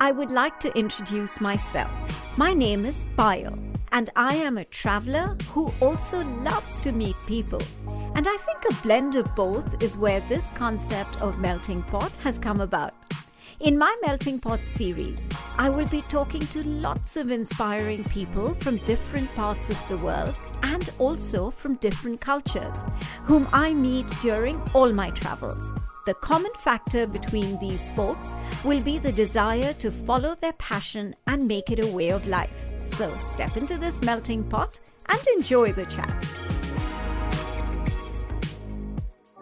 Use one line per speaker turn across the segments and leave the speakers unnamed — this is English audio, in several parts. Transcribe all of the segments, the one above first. I would like to introduce myself. My name is Payal, and I am a traveler who also loves to meet people. And I think a blend of both is where this concept of melting pot has come about. In my Melting Pot series, I will be talking to lots of inspiring people from different parts of the world and also from different cultures, whom I meet during all my travels. The common factor between these folks will be the desire to follow their passion and make it a way of life. So step into this melting pot and enjoy the chats.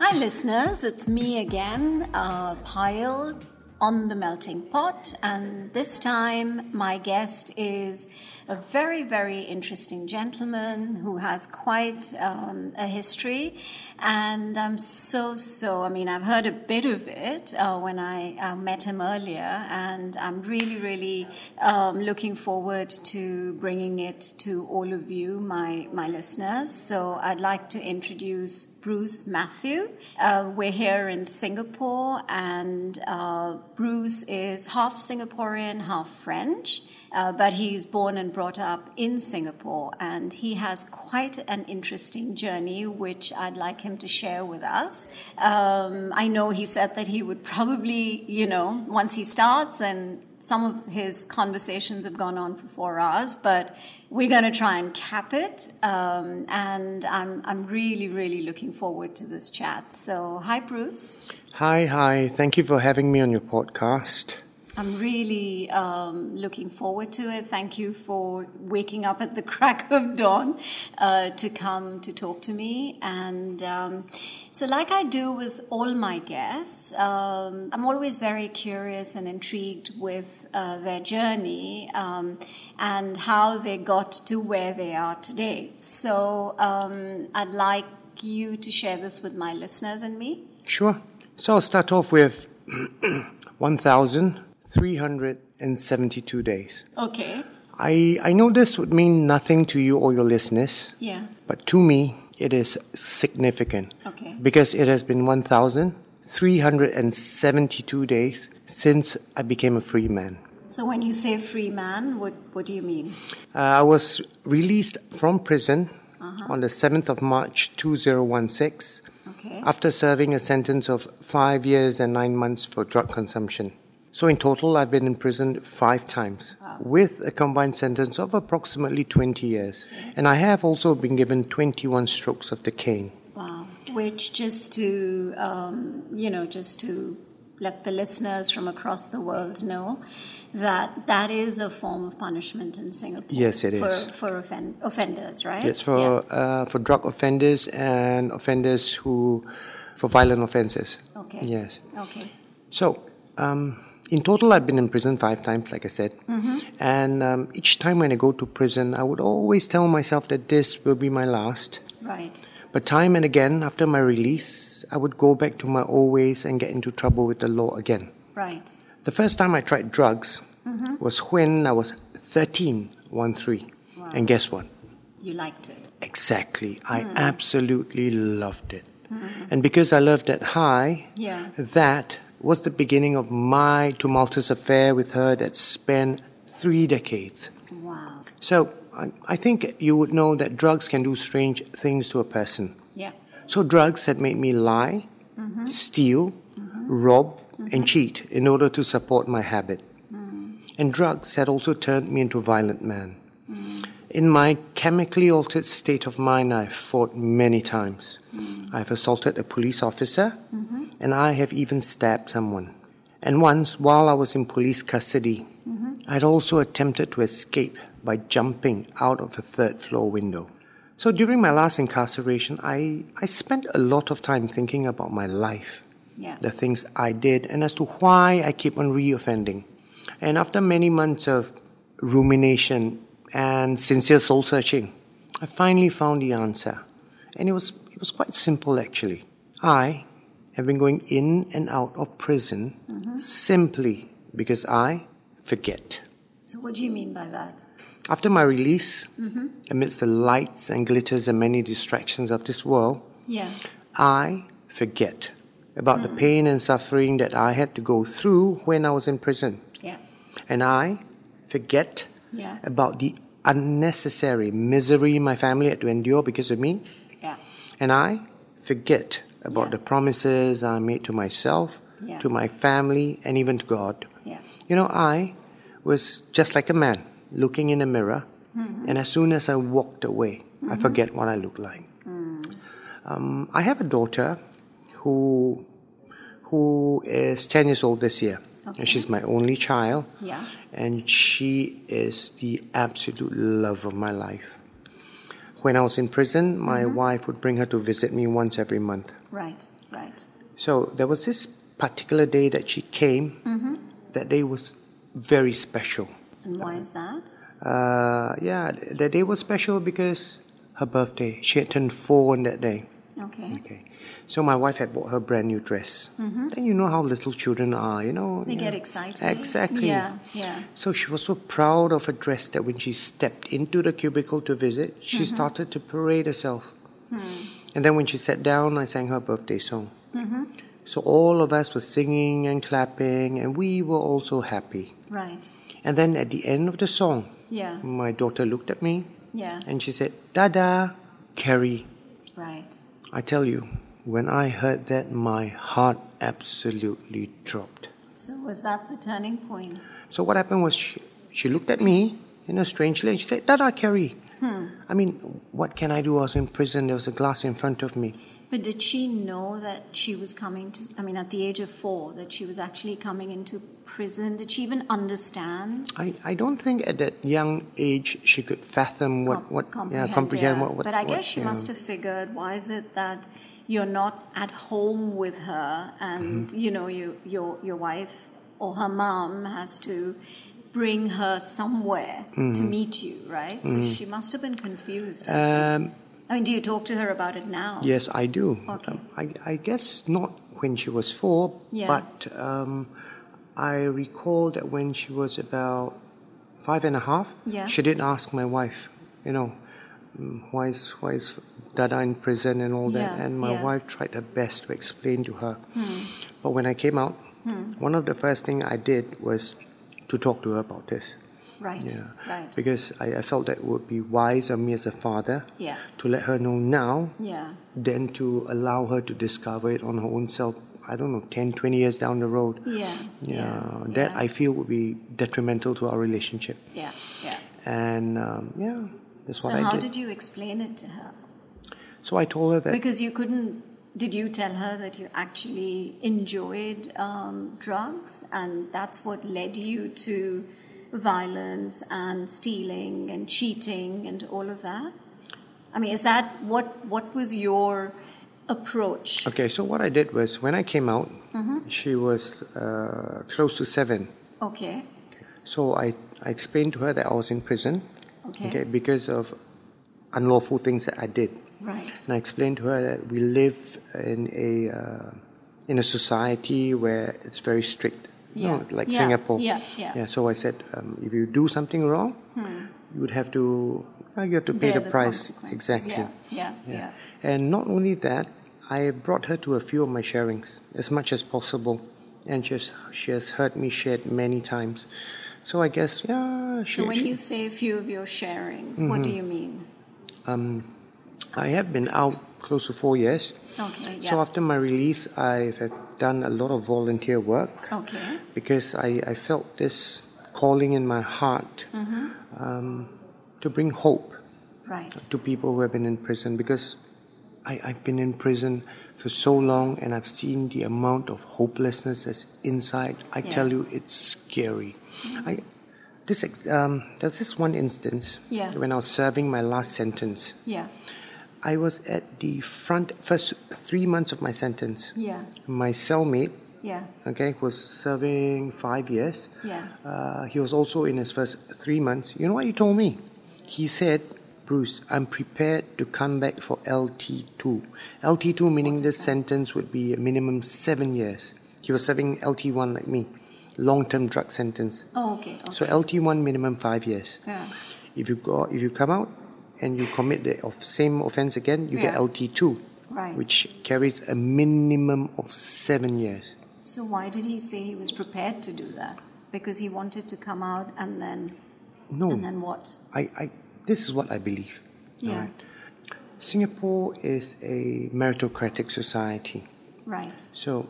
Hi, listeners, it's me again, uh, Pyle on the melting pot, and this time my guest is a very, very interesting gentleman who has quite um, a history. And I'm so, so, I mean, I've heard a bit of it uh, when I uh, met him earlier, and I'm really, really um, looking forward to bringing it to all of you, my, my listeners. So I'd like to introduce Bruce Matthew. Uh, we're here in Singapore, and uh, Bruce is half Singaporean, half French, uh, but he's born and brought up in Singapore, and he has quite an interesting journey, which I'd like him to share with us. Um, I know he said that he would probably, you know, once he starts, and some of his conversations have gone on for four hours, but we're going to try and cap it. Um, and I'm, I'm really, really looking forward to this chat. So, hi, Bruce.
Hi, hi. Thank you for having me on your podcast.
I'm really um, looking forward to it. Thank you for waking up at the crack of dawn uh, to come to talk to me. And um, so, like I do with all my guests, um, I'm always very curious and intrigued with uh, their journey um, and how they got to where they are today. So, um, I'd like you to share this with my listeners and me.
Sure. So I'll start off with 1,372 days.
Okay.
I, I know this would mean nothing to you or your listeners,
Yeah.
but to me, it is significant
Okay.
because it has been 1,372 days since I became a free man.
So, when you say free man, what, what do you mean?
Uh, I was released from prison on the 7th of March 2016
Okay.
after serving a sentence of five years and nine months for drug consumption. So, in total, I've been imprisoned five times with a combined sentence of approximately 20 years. And I have also been given 21 strokes of the cane.
Wow. Which, just to, um, you know, just to let the listeners from across the world know that that is a form of punishment in Singapore.
Yes, it
for,
is.
For offend- offenders, right?
It's for, uh, for drug offenders and offenders who, for violent offenses.
Yeah. Okay.
Yes.
Okay.
So, um, in total, I've been in prison five times, like I said. And um, each time when I go to prison, I would always tell myself that this will be my last.
Right.
But time and again, after my release, I would go back to my old ways and get into trouble with the law again.
Right.
The first time I tried drugs was when I was 13, 1 3. And guess what?
You liked it.
Exactly. I absolutely loved it. And because I loved that high,
Yeah.
that was the beginning of my tumultuous affair with her that spanned three decades.
Wow.
So I, I think you would know that drugs can do strange things to a person.
Yeah.
So drugs had made me lie, steal, rob, and cheat in order to support my habit. And drugs had also turned me into a violent man. In my chemically altered state of mind, I've fought many times. I've assaulted a police officer, and I have even stabbed someone. And once, while I was in police custody, I'd also attempted to escape by jumping out of a third floor window. So during my last incarceration, I, I spent a lot of time thinking about my life,
Yeah.
the things I did, and as to why I keep on reoffending. And after many months of rumination and sincere soul searching, I finally found the answer. And it was, it was quite simple actually. I have been going in and out of prison simply because I forget.
So, what do you mean by that?
After my release, amidst the lights and glitters and many distractions of this world,
Yeah.
I forget about the pain and suffering that I had to go through when I was in prison.
Yeah.
And I forget
Yeah.
about the unnecessary misery my family had to endure because of me.
Yeah.
And I forget about the promises I made to myself,
Yeah.
to my family, and even to God.
Yeah.
You know, I was just like a man looking in a mirror, and as soon as I walked away, I forget what I looked like. Um, I have a daughter who who is ten years old this year, and she's my only child.
Yeah.
and she is the absolute love of my life. When I was in prison, my wife would bring her to visit me once every month.
Right. Right.
So there was this particular day that she came.
Mm-hmm.
That day was very special.
And why is that?
Uh, yeah, the day was special because her birthday. She had turned four on that day.
Okay.
Okay, so my wife had bought her brand new dress. Then you know how little children are. You know
Mm-hmm. They
you
get
know.
excited.
Exactly.
Yeah. Yeah.
So she was so proud of her dress that when she stepped into the cubicle to visit, she started to parade herself. And then when she sat down, I sang her birthday song. So all of us were singing and clapping, and we were all so happy.
Right.
And then at the end of the song,
Yeah.
my daughter looked at me
Yeah.
and she said, Dada, Carrie.
Right.
I tell you, when I heard that, my heart absolutely dropped.
So, was that the turning point?
So what happened was she, she looked at me, you know, strangely, and she said, Dada, Kerry.
Hmm.
I mean, what can I do? I was in prison. There was a glass in front of me.
But did she know that she was coming to, I mean, at the age of four, that she was actually coming into prison? Did she even understand?
I, I don't think at that young age she could fathom what,
Com-
what yeah, comprehend
yeah.
what, what.
But I
what,
guess she
yeah.
must have figured, why is it that you're not at home with her and,
Mm-hmm.
you know, you, your, your wife or her mom has to bring her somewhere to
Mm-hmm.
meet you, right? So she must have been confused.
Um,
I mean, do you talk to her about it now?
yes, I do. Um,
Okay.
I, I guess not when she was four,
Yeah.
but um, I recall that when she was about five and a half,
Yeah.
she did ask my wife, you know, "Mm, why is, why is Dada in prison and all that.
Yeah,
And my
yeah. Hmm.
wife tried her best to explain to her. But when I came out, one of the first things I did was to talk to her about this.
Right.
Yeah.
Right.
Because I, I felt that it would be wise of me as a father
Yeah.
to let her know now
yeah.
than to allow her to discover it on her own self, I don't know, 10, 20 years down the road.
Yeah.
Yeah, that I feel would be detrimental to our relationship.
Yeah. Yeah.
And um, yeah, that's what
So
I
how
did.
did you explain it to her?
So I told her that
Because you couldn't. Did you tell her that you actually enjoyed um, drugs and that's what led you to violence and stealing and cheating and all of that? I mean, is that what what was your approach?
Okay, so what I did was when I came out,
Mm-hmm.
she was uh, close to seven.
Okay.
So I, I explained to her that I was in prison,
Okay.
okay, because of unlawful things that I did.
Right.
And I explained to her that we live in a uh, in a society where it's very strict, you know,
Yeah.
like
Yeah,
Singapore.
yeah, yeah. Hmm.
So I said, um, if you do something wrong, you would have to uh, you have to pay
Bear
the,
the
price
consequences.
exactly.
Yeah. Yeah. yeah.
And not only that, I brought her to a few of my sharings as much as possible, and she has, she has heard me shared many times. So I guess yeah. She,
So when
she-
you say a few of your sharings,
Mm-hmm.
what do you mean?
I have been out close to four years.
Okay.
So
Yeah.
after my release, I have done a lot of volunteer work
okay. Mm-hmm.
because I, I felt this calling in my heart um, to bring hope
Right.
to people who have been in prison because I, I've been in prison for so long and I've seen the amount of hopelessness that's inside.
Yeah.
I
Mm-hmm.
tell you, it's scary. I, this, ex- um, there's this one instance
Yeah.
when I was serving my last sentence.
Yeah.
I was at the front, first three months of my sentence.
Yeah.
My cellmate,
Yeah.
okay, who was serving five years.
Yeah.
Uh, he was also in his first three months. You know what he told me? He said, Bruce, I'm prepared to come back for LT2. LT2 meaning this sentence would be a minimum seven years. He was serving LT1 like me, long term drug sentence.
Oh, okay. okay.
So LT1 minimum five years.
yeah.
If you go, if you come out and you commit the of same offense again, you get
Yeah.
LT2,
Right.
which carries a minimum of seven years.
So why did he say he was prepared to do that? Because he wanted to come out and then
No,
and then what?
I, I, this is what I believe.
Yeah.
Alright. Singapore is a meritocratic society,
Right.
so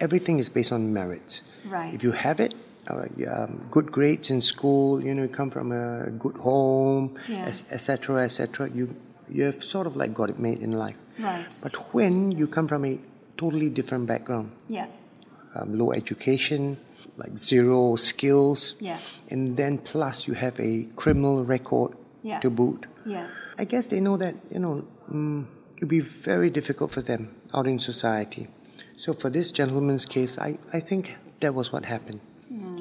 everything is based on merit.
Right.
If you have it, uh, you, um, good grades in school, you know, you come from a good home,
Yeah.
etc., etc., you you have sort of like got it made in life.
Right.
But when you come from a totally different background,
Yeah.
um, low education, like zero skills,
Yeah.
and then plus you have a criminal record
Yeah.
to boot.
Yeah.
I guess they know that you know mm, it'd be very difficult for them out in society. So for this gentleman's case, I, I think that was what happened.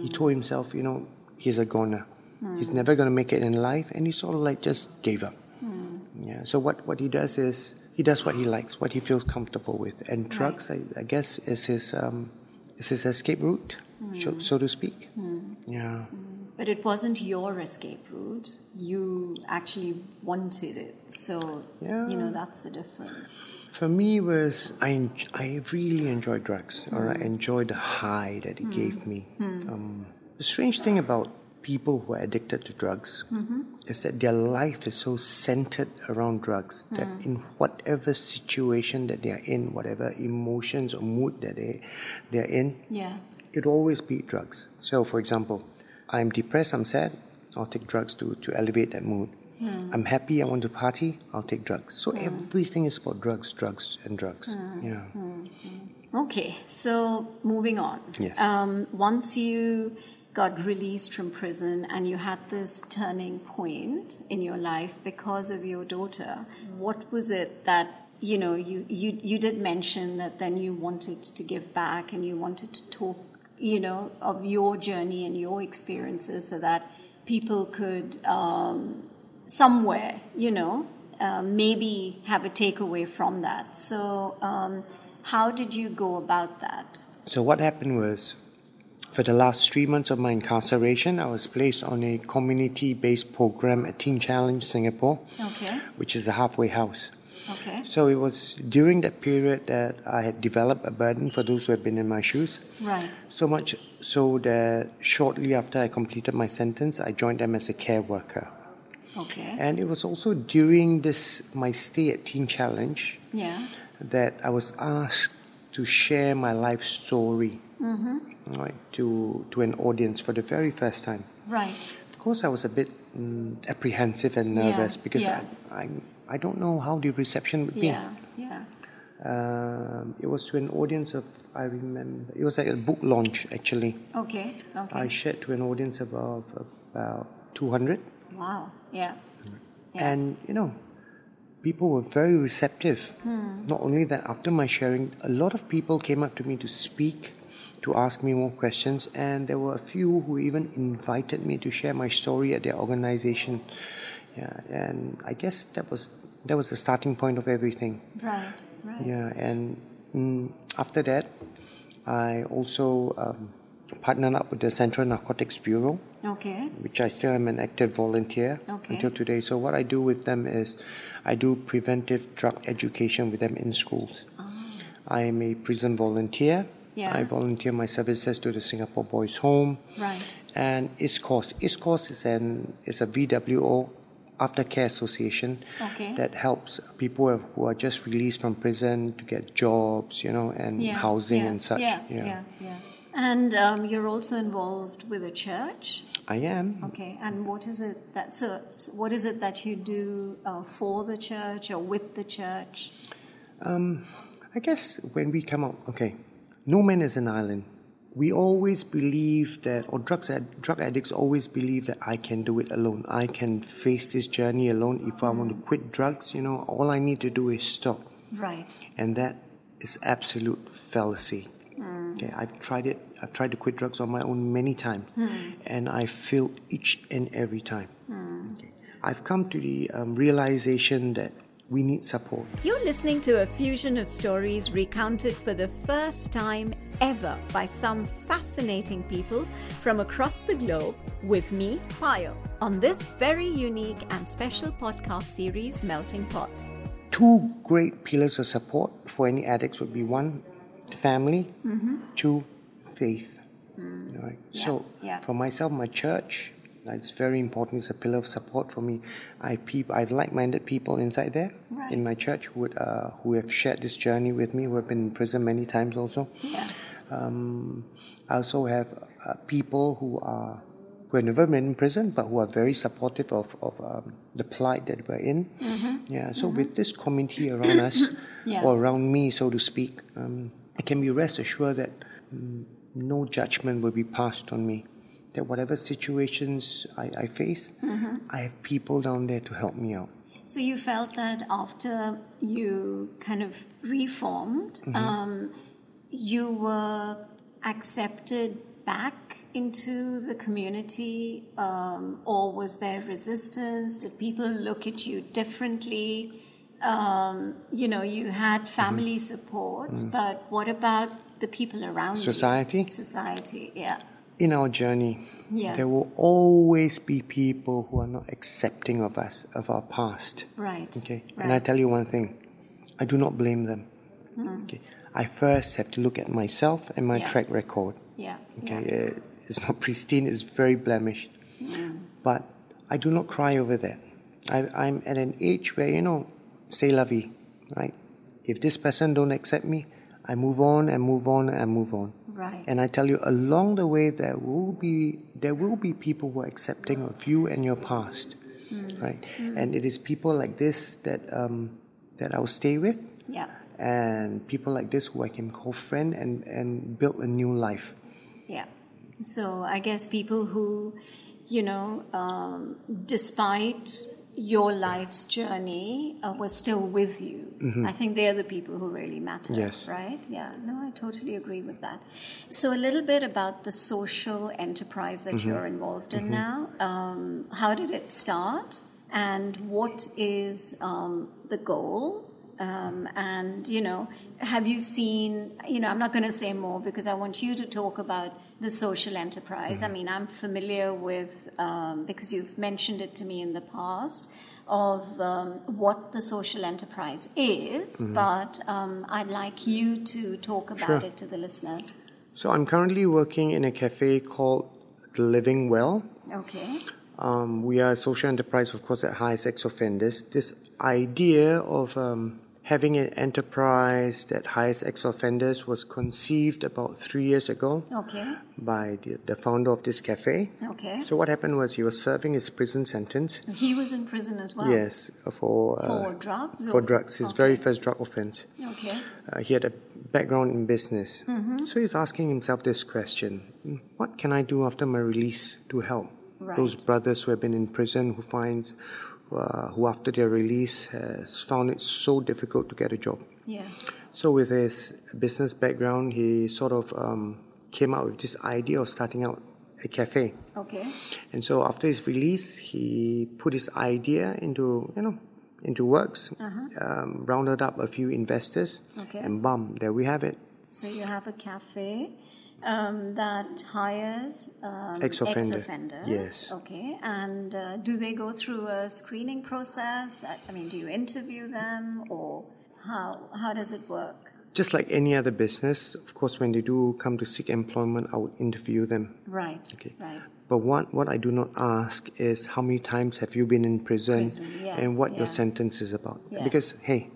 He told himself, you know, he's a goner. He's never gonna make it in life, and he sort of like just gave up. Yeah. So what, what he does is he does what he likes, what he feels comfortable with, and drugs, I, I guess, is his um, is his escape route, so, so to speak. Yeah.
But it wasn't your escape route. You actually wanted it. So you know
Yeah.
that's the difference.
For me was I en- I really enjoy drugs or I enjoy the high that it gave me. Um, the strange thing about people who are addicted to drugs is that their life is so centered around drugs that in whatever situation that they are in, whatever emotions or mood that they they're in,
Yeah.
it always be drugs. So, for example, I'm depressed, I'm sad, I'll take drugs to, to elevate that mood. I'm happy, I want to party, I'll take drugs. So, everything is about drugs, drugs, and drugs. Yeah.
Okay. So moving on.
Yes.
Um, once you got released from prison and you had this turning point in your life because of your daughter, what was it that you know you, you you did mention that then you wanted to give back and you wanted to talk you know of your journey and your experiences so that people could um, somewhere, you know, uh, maybe have a takeaway from that. So, um, how did you go about that?
So, what happened was, for the last three months of my incarceration, I was placed on a community based program at Teen Challenge Singapore,
Okay,
which is a halfway house.
okay,
So, it was during that period that I had developed a burden for those who have been in my shoes.
right,
So much so that shortly after I completed my sentence, I joined them as a care worker.
okay,
And it was also during this my stay at Teen Challenge
yeah,
that I was asked to share my life story
Mm-hmm.
right, to to an audience for the very first time.
right,
Of course, I was a bit mm, apprehensive and
Yeah,
nervous because
yeah.
I, I I don't know how the reception would be.
yeah, yeah,
Um, it was to an audience of I remember it was like a book launch actually.
okay, okay,
I shared to an audience of of about 200.
wow, yeah,
And, you know, people were very receptive.
Hmm.
Not only that, after my sharing, a lot of people came up to me to speak, to ask me more questions. And there were a few who even invited me to share my story at their organization. Yeah, and I guess that was that was the starting point of everything.
right, right,
Yeah, and mm, after that, I also um, partnered up with the Central Narcotics Bureau
okay,
which I still am an active volunteer
Okay.
until today. So what I do with them is I do preventive drug education with them in schools. I am a prison volunteer.
Ah. Yeah.
I volunteer my services to the Singapore Boys Home
right,
and ISCOS. ISCOS is an is a VWO aftercare association
Okay.
that helps people who are- who are just released from prison to get jobs, you know, and
yeah,
housing
yeah,
and such.
yeah, yeah, yeah. And um, you're also involved with a church.
I am.
Okay, and what is it that so, so what is it that you do uh, for the church or with the church?
Um, I guess when we come out, okay, no man is an island. We always believe that, or drugs, ad- drug addicts always believe that I can do it alone. I can face this journey alone. If I want to quit drugs, you know, all I need to do is stop.
Right.
And that is absolute fallacy. Okay, I've tried it. I've tried to quit drugs on my own many times, and I fail each and every time. Okay. I've come to the um, realization that we need support.
You're listening to a fusion of stories recounted for the first time ever by some fascinating people from across the globe with me, Pio, on this very unique and special podcast series, Melting Pot.
Two great pillars of support for any addicts would be one, family, two, faith. All right. so,
Mm-hmm. Mm. yeah.
for myself, my church, it's very important. It's a pillar of support for me. I peep, I've like-minded people inside there in my church who would, uh, who have shared this journey with me, who have been in prison many times also.
Yeah.
Um, I also have uh, people who are who have never been in prison, but who are very supportive of of um, the plight that we're in. Yeah. So with this community around us,
Mm-hmm. Yeah.
or around me, so to speak, um, I can be rest assured that mm, no judgment will be passed on me. That whatever situations I, I face,
Mm-hmm.
I have people down there to help me out.
So you felt that after you kind of reformed,
Mm-hmm.
um, you were accepted back into the community, um, or was there resistance? Did people look at you differently? Um, you know, you had
Mm-hmm.
family support, but what about the people around
Mm. Society?
you? Society, yeah.
in our journey,
Yeah.
there will always be people who are not accepting of us, of our past.
Right.
Okay.
Right. Hmm.
And I tell you one thing, I do not blame them. Okay. I first have to look at myself and my
Yeah.
track record.
yeah.
Okay.
yeah. Hmm.
Uh, It's not pristine. It's very blemished. But I do not cry over that. I, I'm at an age where you know, say la vie, right? If this person don't accept me, I move on and move on and move on.
Right.
And I tell you, along the way, there will be there will be people who are accepting of you and your past, right? And it is people like this that um, that I will stay with,
yeah.
and people like this who I can call friend and and build a new life.
Yeah. So I guess people who, you know, um, despite your life's journey, uh, were still with you. I think they're the people who really matter.
Yes.
Right? Yeah. No, I totally agree with that. So a little bit about the social enterprise that you're involved in now. Um, how did it start? And what is um, the goal? Um, and, you know, have you seen, you know, I'm not going to say more because I want you to talk about the social enterprise.
Mm-hmm.
I mean, I'm familiar with, um, because you've mentioned it to me in the past, of um, what the social enterprise is, but um, I'd like you to talk about
Mm-hmm. Sure.
it to the listeners.
So I'm currently working in a cafe called The Living Well.
Okay.
Um, we are a social enterprise, of course, that hires sex offenders. This idea of um, having an enterprise that hires ex offenders was conceived about three years ago
Okay.
by the, the founder of this cafe.
Okay.
So, what happened was he was serving his prison sentence.
he was in prison as well.
Yes, for, uh,
For drugs
For
or-
drugs, his
okay.
very first drug offense.
Okay.
Uh, he had a background in business. So he's asking himself this question What can I do after my release to help
Right.
those brothers who have been in prison, who find, uh, who after their release has found it so difficult to get a job?
Yeah.
So, with his business background, he sort of um, came up with this idea of starting out a cafe.
Okay.
And so after his release, he put his idea into you know into works, um, rounded up a few investors,
Uh-huh. Okay.
and bam, there we have it.
So you have a cafe um, that hires um,
Ex-offender.
ex-offenders.
Yes.
Okay. And uh, do they go through a screening process? I I mean, do you interview them, or how how does it work?
Just like any other business, of course, when they do come to seek employment, I would interview them.
Right.
Okay.
Right.
But what, what I do not ask is how many times have you been in prison,
Prison, yeah,
and what your
yeah.
sentence is about.
Yeah.
Because, hey,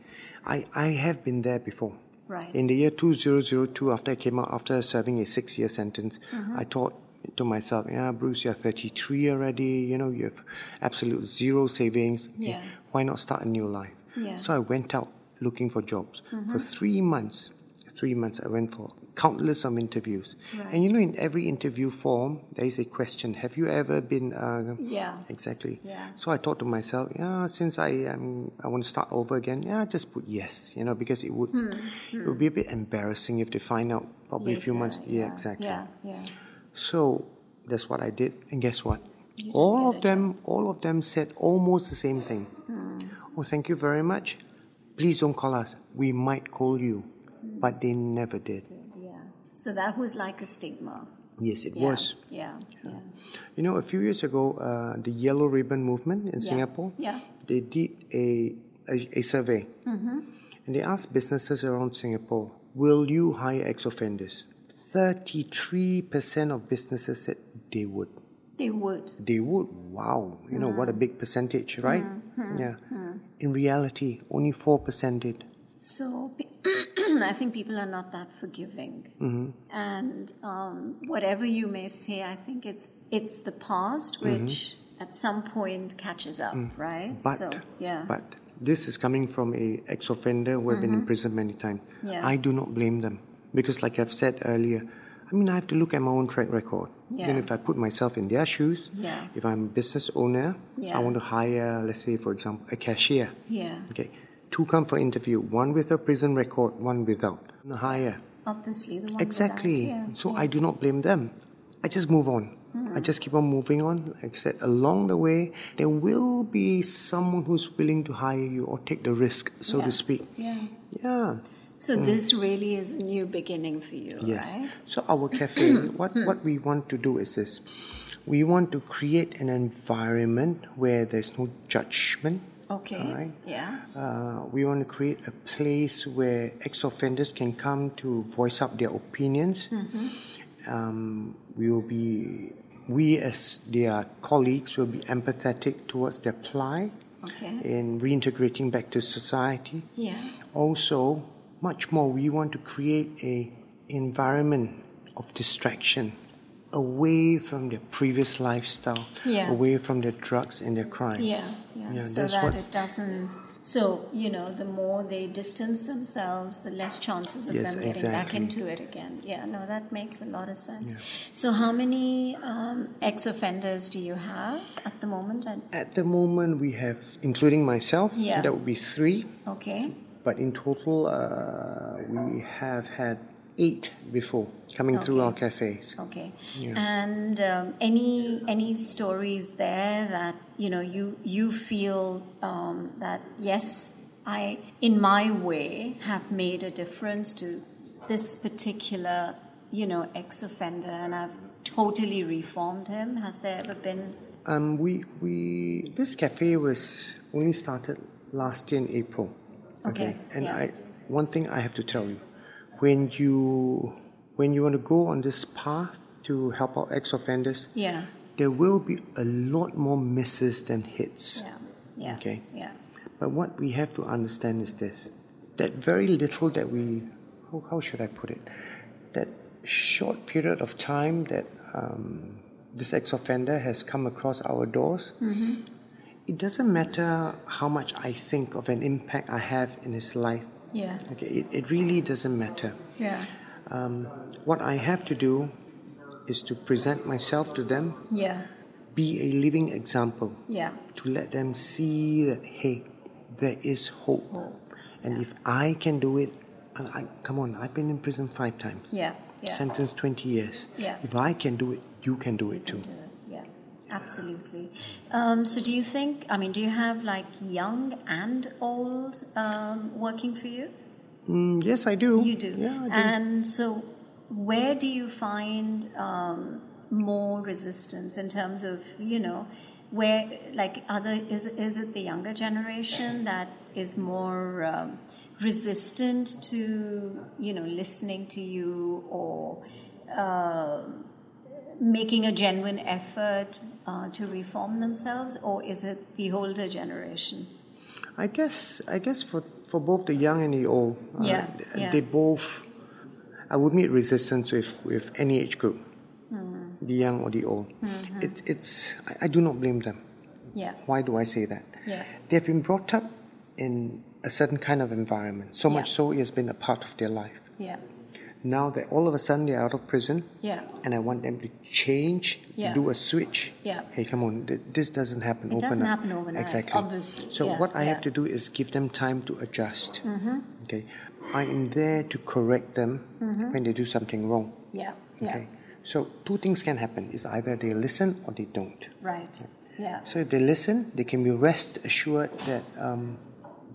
I, I have been there before.
Right.
In the year 2002, after I came out, after serving a six year sentence,
Mm-hmm.
I thought to myself, yeah, Bruce, you're 33 already, you know, you have absolute zero savings.
Yeah.
Why not start a new life?
Yeah. Mm-hmm.
So I went out looking for jobs. For three months, three months, I went for countless of interviews. And you know, in every interview form, there is a question Have you ever been. Uh,
Yeah.
Exactly.
Yeah.
So I thought to myself, yeah, since I um, I want to start over again, yeah, I just put yes, you know, because it would
Hmm.
it would be a bit embarrassing if they find out probably a few
Later,
months. Yeah, exactly.
Yeah, yeah.
So that's what I did, and guess what? All of them, all of them said almost the same thing.
Hmm.
Oh, thank you very much. Please don't call us. We might call you,
Hmm.
but they never did.
Yeah. So that was like a stigma.
Yes, it
Yeah.
was.
Yeah. Yeah.
You know, a few years ago, uh, the Yellow Ribbon Movement in
Yeah.
Singapore,
Yeah.
they did a, a, a survey. And they asked businesses around Singapore, will you hire ex offenders? 33% of businesses said they would.
They would.
They would. Wow. You know, what a big percentage, right? Yeah. In reality, only 4% did.
So pe- I think people are not that forgiving,
Mm-hmm.
and um, whatever you may say, I think it's it's the past which at some point catches up, right?
Mm-hmm. Mm. But,
so yeah,
but this is coming from a ex-offender who have been in prison many times.
Mm-hmm. Yeah.
I do not blame them because, like I've said earlier, I mean I have to look at my own track record.
Yeah.
And if I put myself in their shoes,
Yeah.
if I'm a business owner,
Yeah.
I want to hire, let's say, for example, a cashier.
yeah,
Okay, two come for interview, one with a prison record, one without. No hire.
obviously the one with that,
Exactly.
yeah,
So
yeah.
I do not blame them. I just move on. I just keep on moving on. Like I said, along the way, there will be someone who's willing to hire you or take the risk, so
Yeah.
to speak.
yeah.
Yeah.
So this really is a new beginning for you,
Mm. Yes.
right?
So our cafe, what what we want to do is this: we want to create an environment where there's no judgment.
Okay.
All right.
Yeah.
Uh, we want to create a place where ex-offenders can come to voice up their opinions. Um, we will be, we as their colleagues will be empathetic towards their plight
Okay.
in reintegrating back to society.
Yeah.
Also, much more, we want to create a environment of distraction away from their previous lifestyle,
Yeah.
away from their drugs and their crime.
Yeah, yeah.
Yeah,
so
that's
that
what-
it doesn't. So you know, the more they distance themselves, the less chances of
Yes,
them getting back
exactly.
into it again. Yeah, no, that makes a lot of sense. So how many um, ex-offenders do you have at the moment? And
At the moment, we have, including myself,
Yeah.
that would be three.
okay,
But in total, uh, we have had eight before coming through
Okay.
our cafes.
okay. And um, any any stories there that you know you you feel um, that yes, I in my way have made a difference to this particular you know ex-offender, and I've totally reformed him. Has there ever been?
Um, we, we, this cafe was only started last year in April.
Okay,
And
yeah.
I, one thing I have to tell you, when you, when you want to go on this path to help out ex-offenders,
Yeah,
there will be a lot more misses than hits.
yeah, yeah.
Okay.
Yeah.
But what we have to understand is this that very little that we, how, how should I put it, that short period of time that um, this ex offender has come across our doors, it doesn't matter how much I think of an impact I have in his life.
Yeah.
Okay, it, it really doesn't matter.
Yeah.
Um, what I have to do is to present myself to them,
Yeah.
be a living example
Yeah.
to let them see that hey, there is hope, and if I can do it, and I, come on, I've been in prison five times,
Yeah. Yeah.
sentenced twenty years.
Yeah.
If I can do it, you can do it too.
Yeah, absolutely. Um, so, do you think? I mean, do you have like young and old um, working for you?
Mm, yes, I do.
You do.
Yeah, I do.
And so, where do you find um, more resistance in terms of you know where like other is is it the younger generation that is more um, resistant to you know listening to you or um making a genuine effort uh, to reform themselves, or is it the older generation?
I guess I guess for, for both the young and the old, uh,
Yeah, yeah.
they both. I would meet resistance with, with any age group,
Mm-hmm.
the young or the old. It, it's I, I do not blame them.
Yeah.
Why do I say that?
Yeah.
They've been brought up in a certain kind of environment, so much
Yeah.
so it has been a part of their life.
Yeah.
Now that all of a sudden they're out of prison,
Yeah.
and I want them to change,
Yeah.
do a switch.
Yeah.
Hey, come on, th- this doesn't happen
It
overnight.
doesn't happen overnight,
Exactly.
obviously.
So
Yeah,
what I have
yeah.
to do is give them time to adjust. Mm-hmm. Okay. I am there to correct them when they do something wrong.
Yeah. Mm-hmm. Yeah.
Okay. So two things can happen: is either they listen or they don't.
Right. Yeah.
So if they listen, they can be rest assured that um,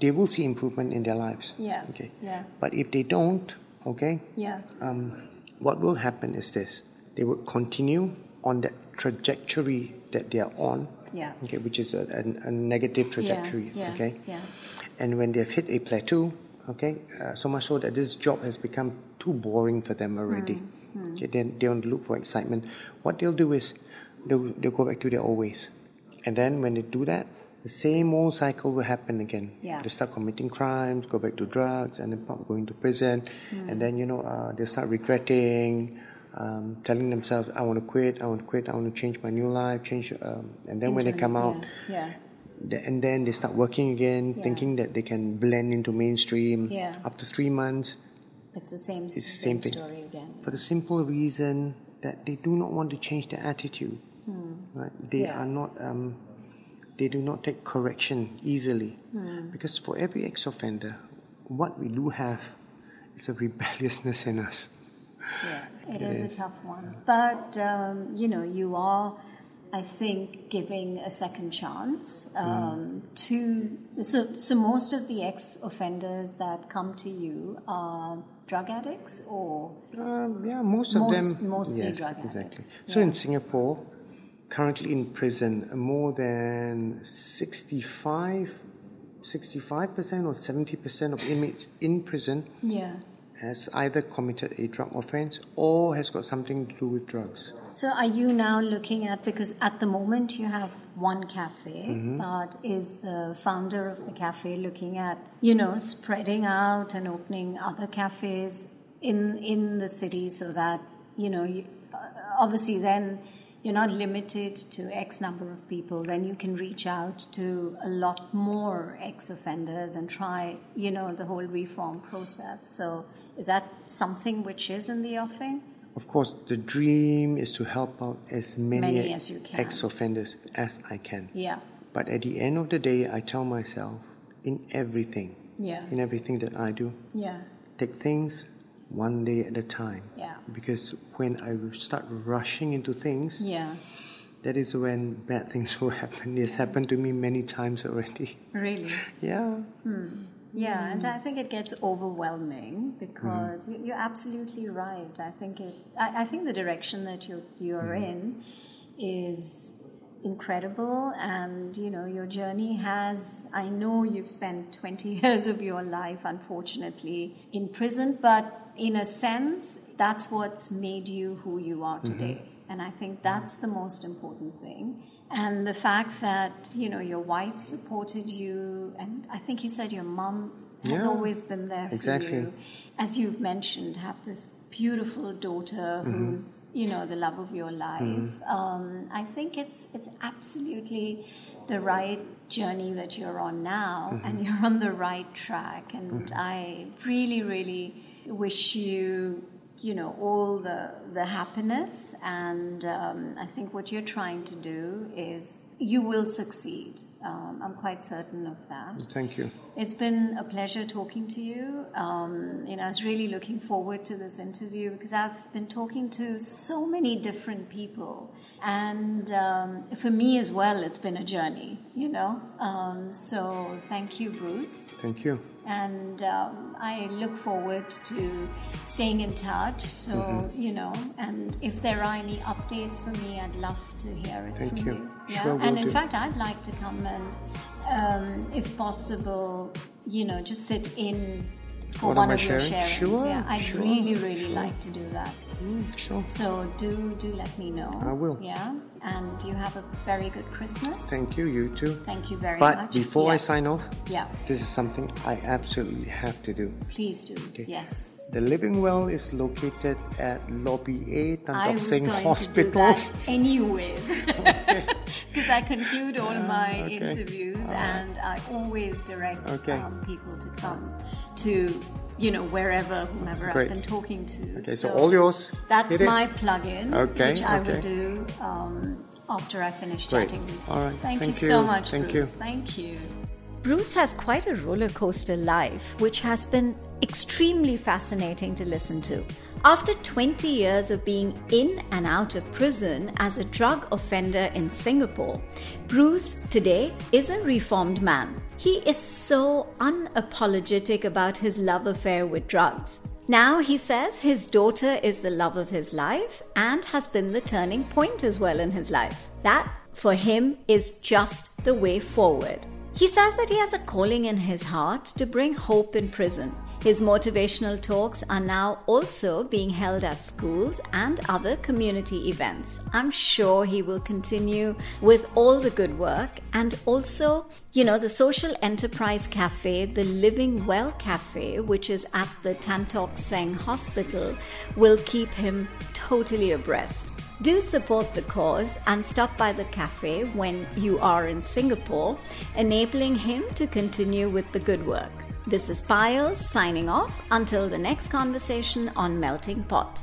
they will see improvement in their lives.
Yeah,
Okay.
yeah.
But if they don't, okay,
Yeah.
um, what will happen is this they will continue on that trajectory that they are on
Yeah.
okay which is a, a, a negative trajectory
yeah,
okay
yeah.
and when they have hit a plateau okay uh, so much so that this job has become too boring for them already
Mm-hmm.
okay then they don't look for excitement what they'll do is they'll, they'll go back to their old ways and then when they do that the same old cycle will happen again
Yeah.
They start committing crimes, go back to drugs, and then pop going to prison,
Mm.
and then you know uh, they start regretting, um, telling themselves, "I want to quit, I want to quit, I want to change my new life, change." Um, and then when they
Into-
come out,
Yeah.
th- and then they start working again,
Yeah.
thinking that they can blend into mainstream.
Yeah.
Up to three months
yeah. It's the same. It's
the same thing.
story again.
for the simple reason that they do not want to change their attitude. Right? They
Hmm. Yeah.
are not. Um, they do not take correction easily
Hmm.
because for every ex-offender, what we do have is a rebelliousness in us.
Yeah, it is a tough one. But, um, you know, you are, I think, giving a second chance
Mm.
um, to. So, so, most of the ex offenders that come to you are drug addicts or.
Um, yeah, most of
Most-
them.
mostly
yes,
drug
exactly.
addicts,
So
yeah.
in Singapore, currently in prison, more than 65, 65% or 70% of inmates in prison
Yeah.
has either committed a drug offense or has got something to do with drugs.
So, are you now looking at, because at the moment you have one cafe, but is the founder of the cafe looking at, you know, spreading out and opening other cafes in, in the city so that, you know, you, uh, obviously then you're not limited to X number of people, then you can reach out to a lot more ex offenders and try, you know, the whole reform process. So, is that something which is in the offing?
Of course, the dream is to help out as many,
Many as you can.
ex offenders as I can.
Yeah,
But at the end of the day, I tell myself in everything,
yeah,
in everything that I do,
yeah.
take things one day at a time.
Yeah.
Because when I start rushing into things,
Yeah,
that is when bad things will happen. It's happened to me many times already.
really.
Yeah.
Yeah, and I think it gets overwhelming because you, you're absolutely right. I think it. I, I think the direction that you you're in is incredible, and you know your journey has. I know you've spent 20 years of your life, unfortunately, in prison, but in a sense, that's what's made you who you are today. And I think that's the most important thing. And the fact that, you know, your wife supported you, and I think you said your mum has
Yeah.
always been there for
Exactly.
you. As you've mentioned, have this beautiful daughter who's, you know, the love of your life. Um, I think it's it's absolutely the right journey that you're on now, and you're on the right track. And I really, really wish you, you know, all the the happiness. And um, I think what you're trying to do is you will succeed. Um, I'm quite certain of that.
Thank you.
It's been a pleasure talking to you. Um, you know, I was really looking forward to this interview because I've been talking to so many different people, and um, for me as well, it's been a journey. You know, um, so thank you, Bruce,
Thank you.
and um, I look forward to staying in touch. So
Mm-hmm.
you know, and if there are any updates for me, I'd love to hear it
Thank
from
you.
you. Yeah,
Sure will
and in fact
do.
fact, I'd like to come and, um, if possible, you know, just sit in for
What
one
am I
of your
sharing?
sharings.
Sure,
yeah, I'd
sure,
really, really
sure.
like to do that.
Mm, sure.
So do do let me know.
I will.
Yeah, and you have a very good Christmas.
Thank you, you too.
Thank you very
but
much.
before I
Yeah.
sign off,
Yeah,
this is something I absolutely have to do.
please do. Yes.
The Living Well is located at Lobby A, Tan
I
Tock
was
Seng
going to do
Hospital.
that anyways, because I conclude all my
Ah, okay.
interviews, and I always direct
Okay.
um, people to come to you know wherever whomever
Great.
I've been talking to.
Okay, so all yours.
That's
Hit it.
my plug-in,
Okay,
which I will
okay.
do um, after I finish
Great.
chatting with you.
All right,
Thank,
thank
you so
you,
much,
thank you.
Bruce. Thank you.
Bruce has quite a roller coaster life, which has been extremely fascinating to listen to. After 20 years of being in and out of prison as a drug offender in Singapore, Bruce today is a reformed man. He is so unapologetic about his love affair with drugs. Now he says his daughter is the love of his life and has been the turning point as well in his life. That, for him, is just the way forward. He says that he has a calling in his heart to bring hope in prison. His motivational talks are now also being held at schools and other community events. I'm sure he will continue with all the good work and also, you know, the Social Enterprise Cafe, the Living Well Cafe, which is at the Tan Tock Seng Hospital, will keep him totally abreast. Do support the cause and stop by the cafe when you are in Singapore, enabling him to continue with the good work. This is Piles signing off until the next conversation on Melting Pot.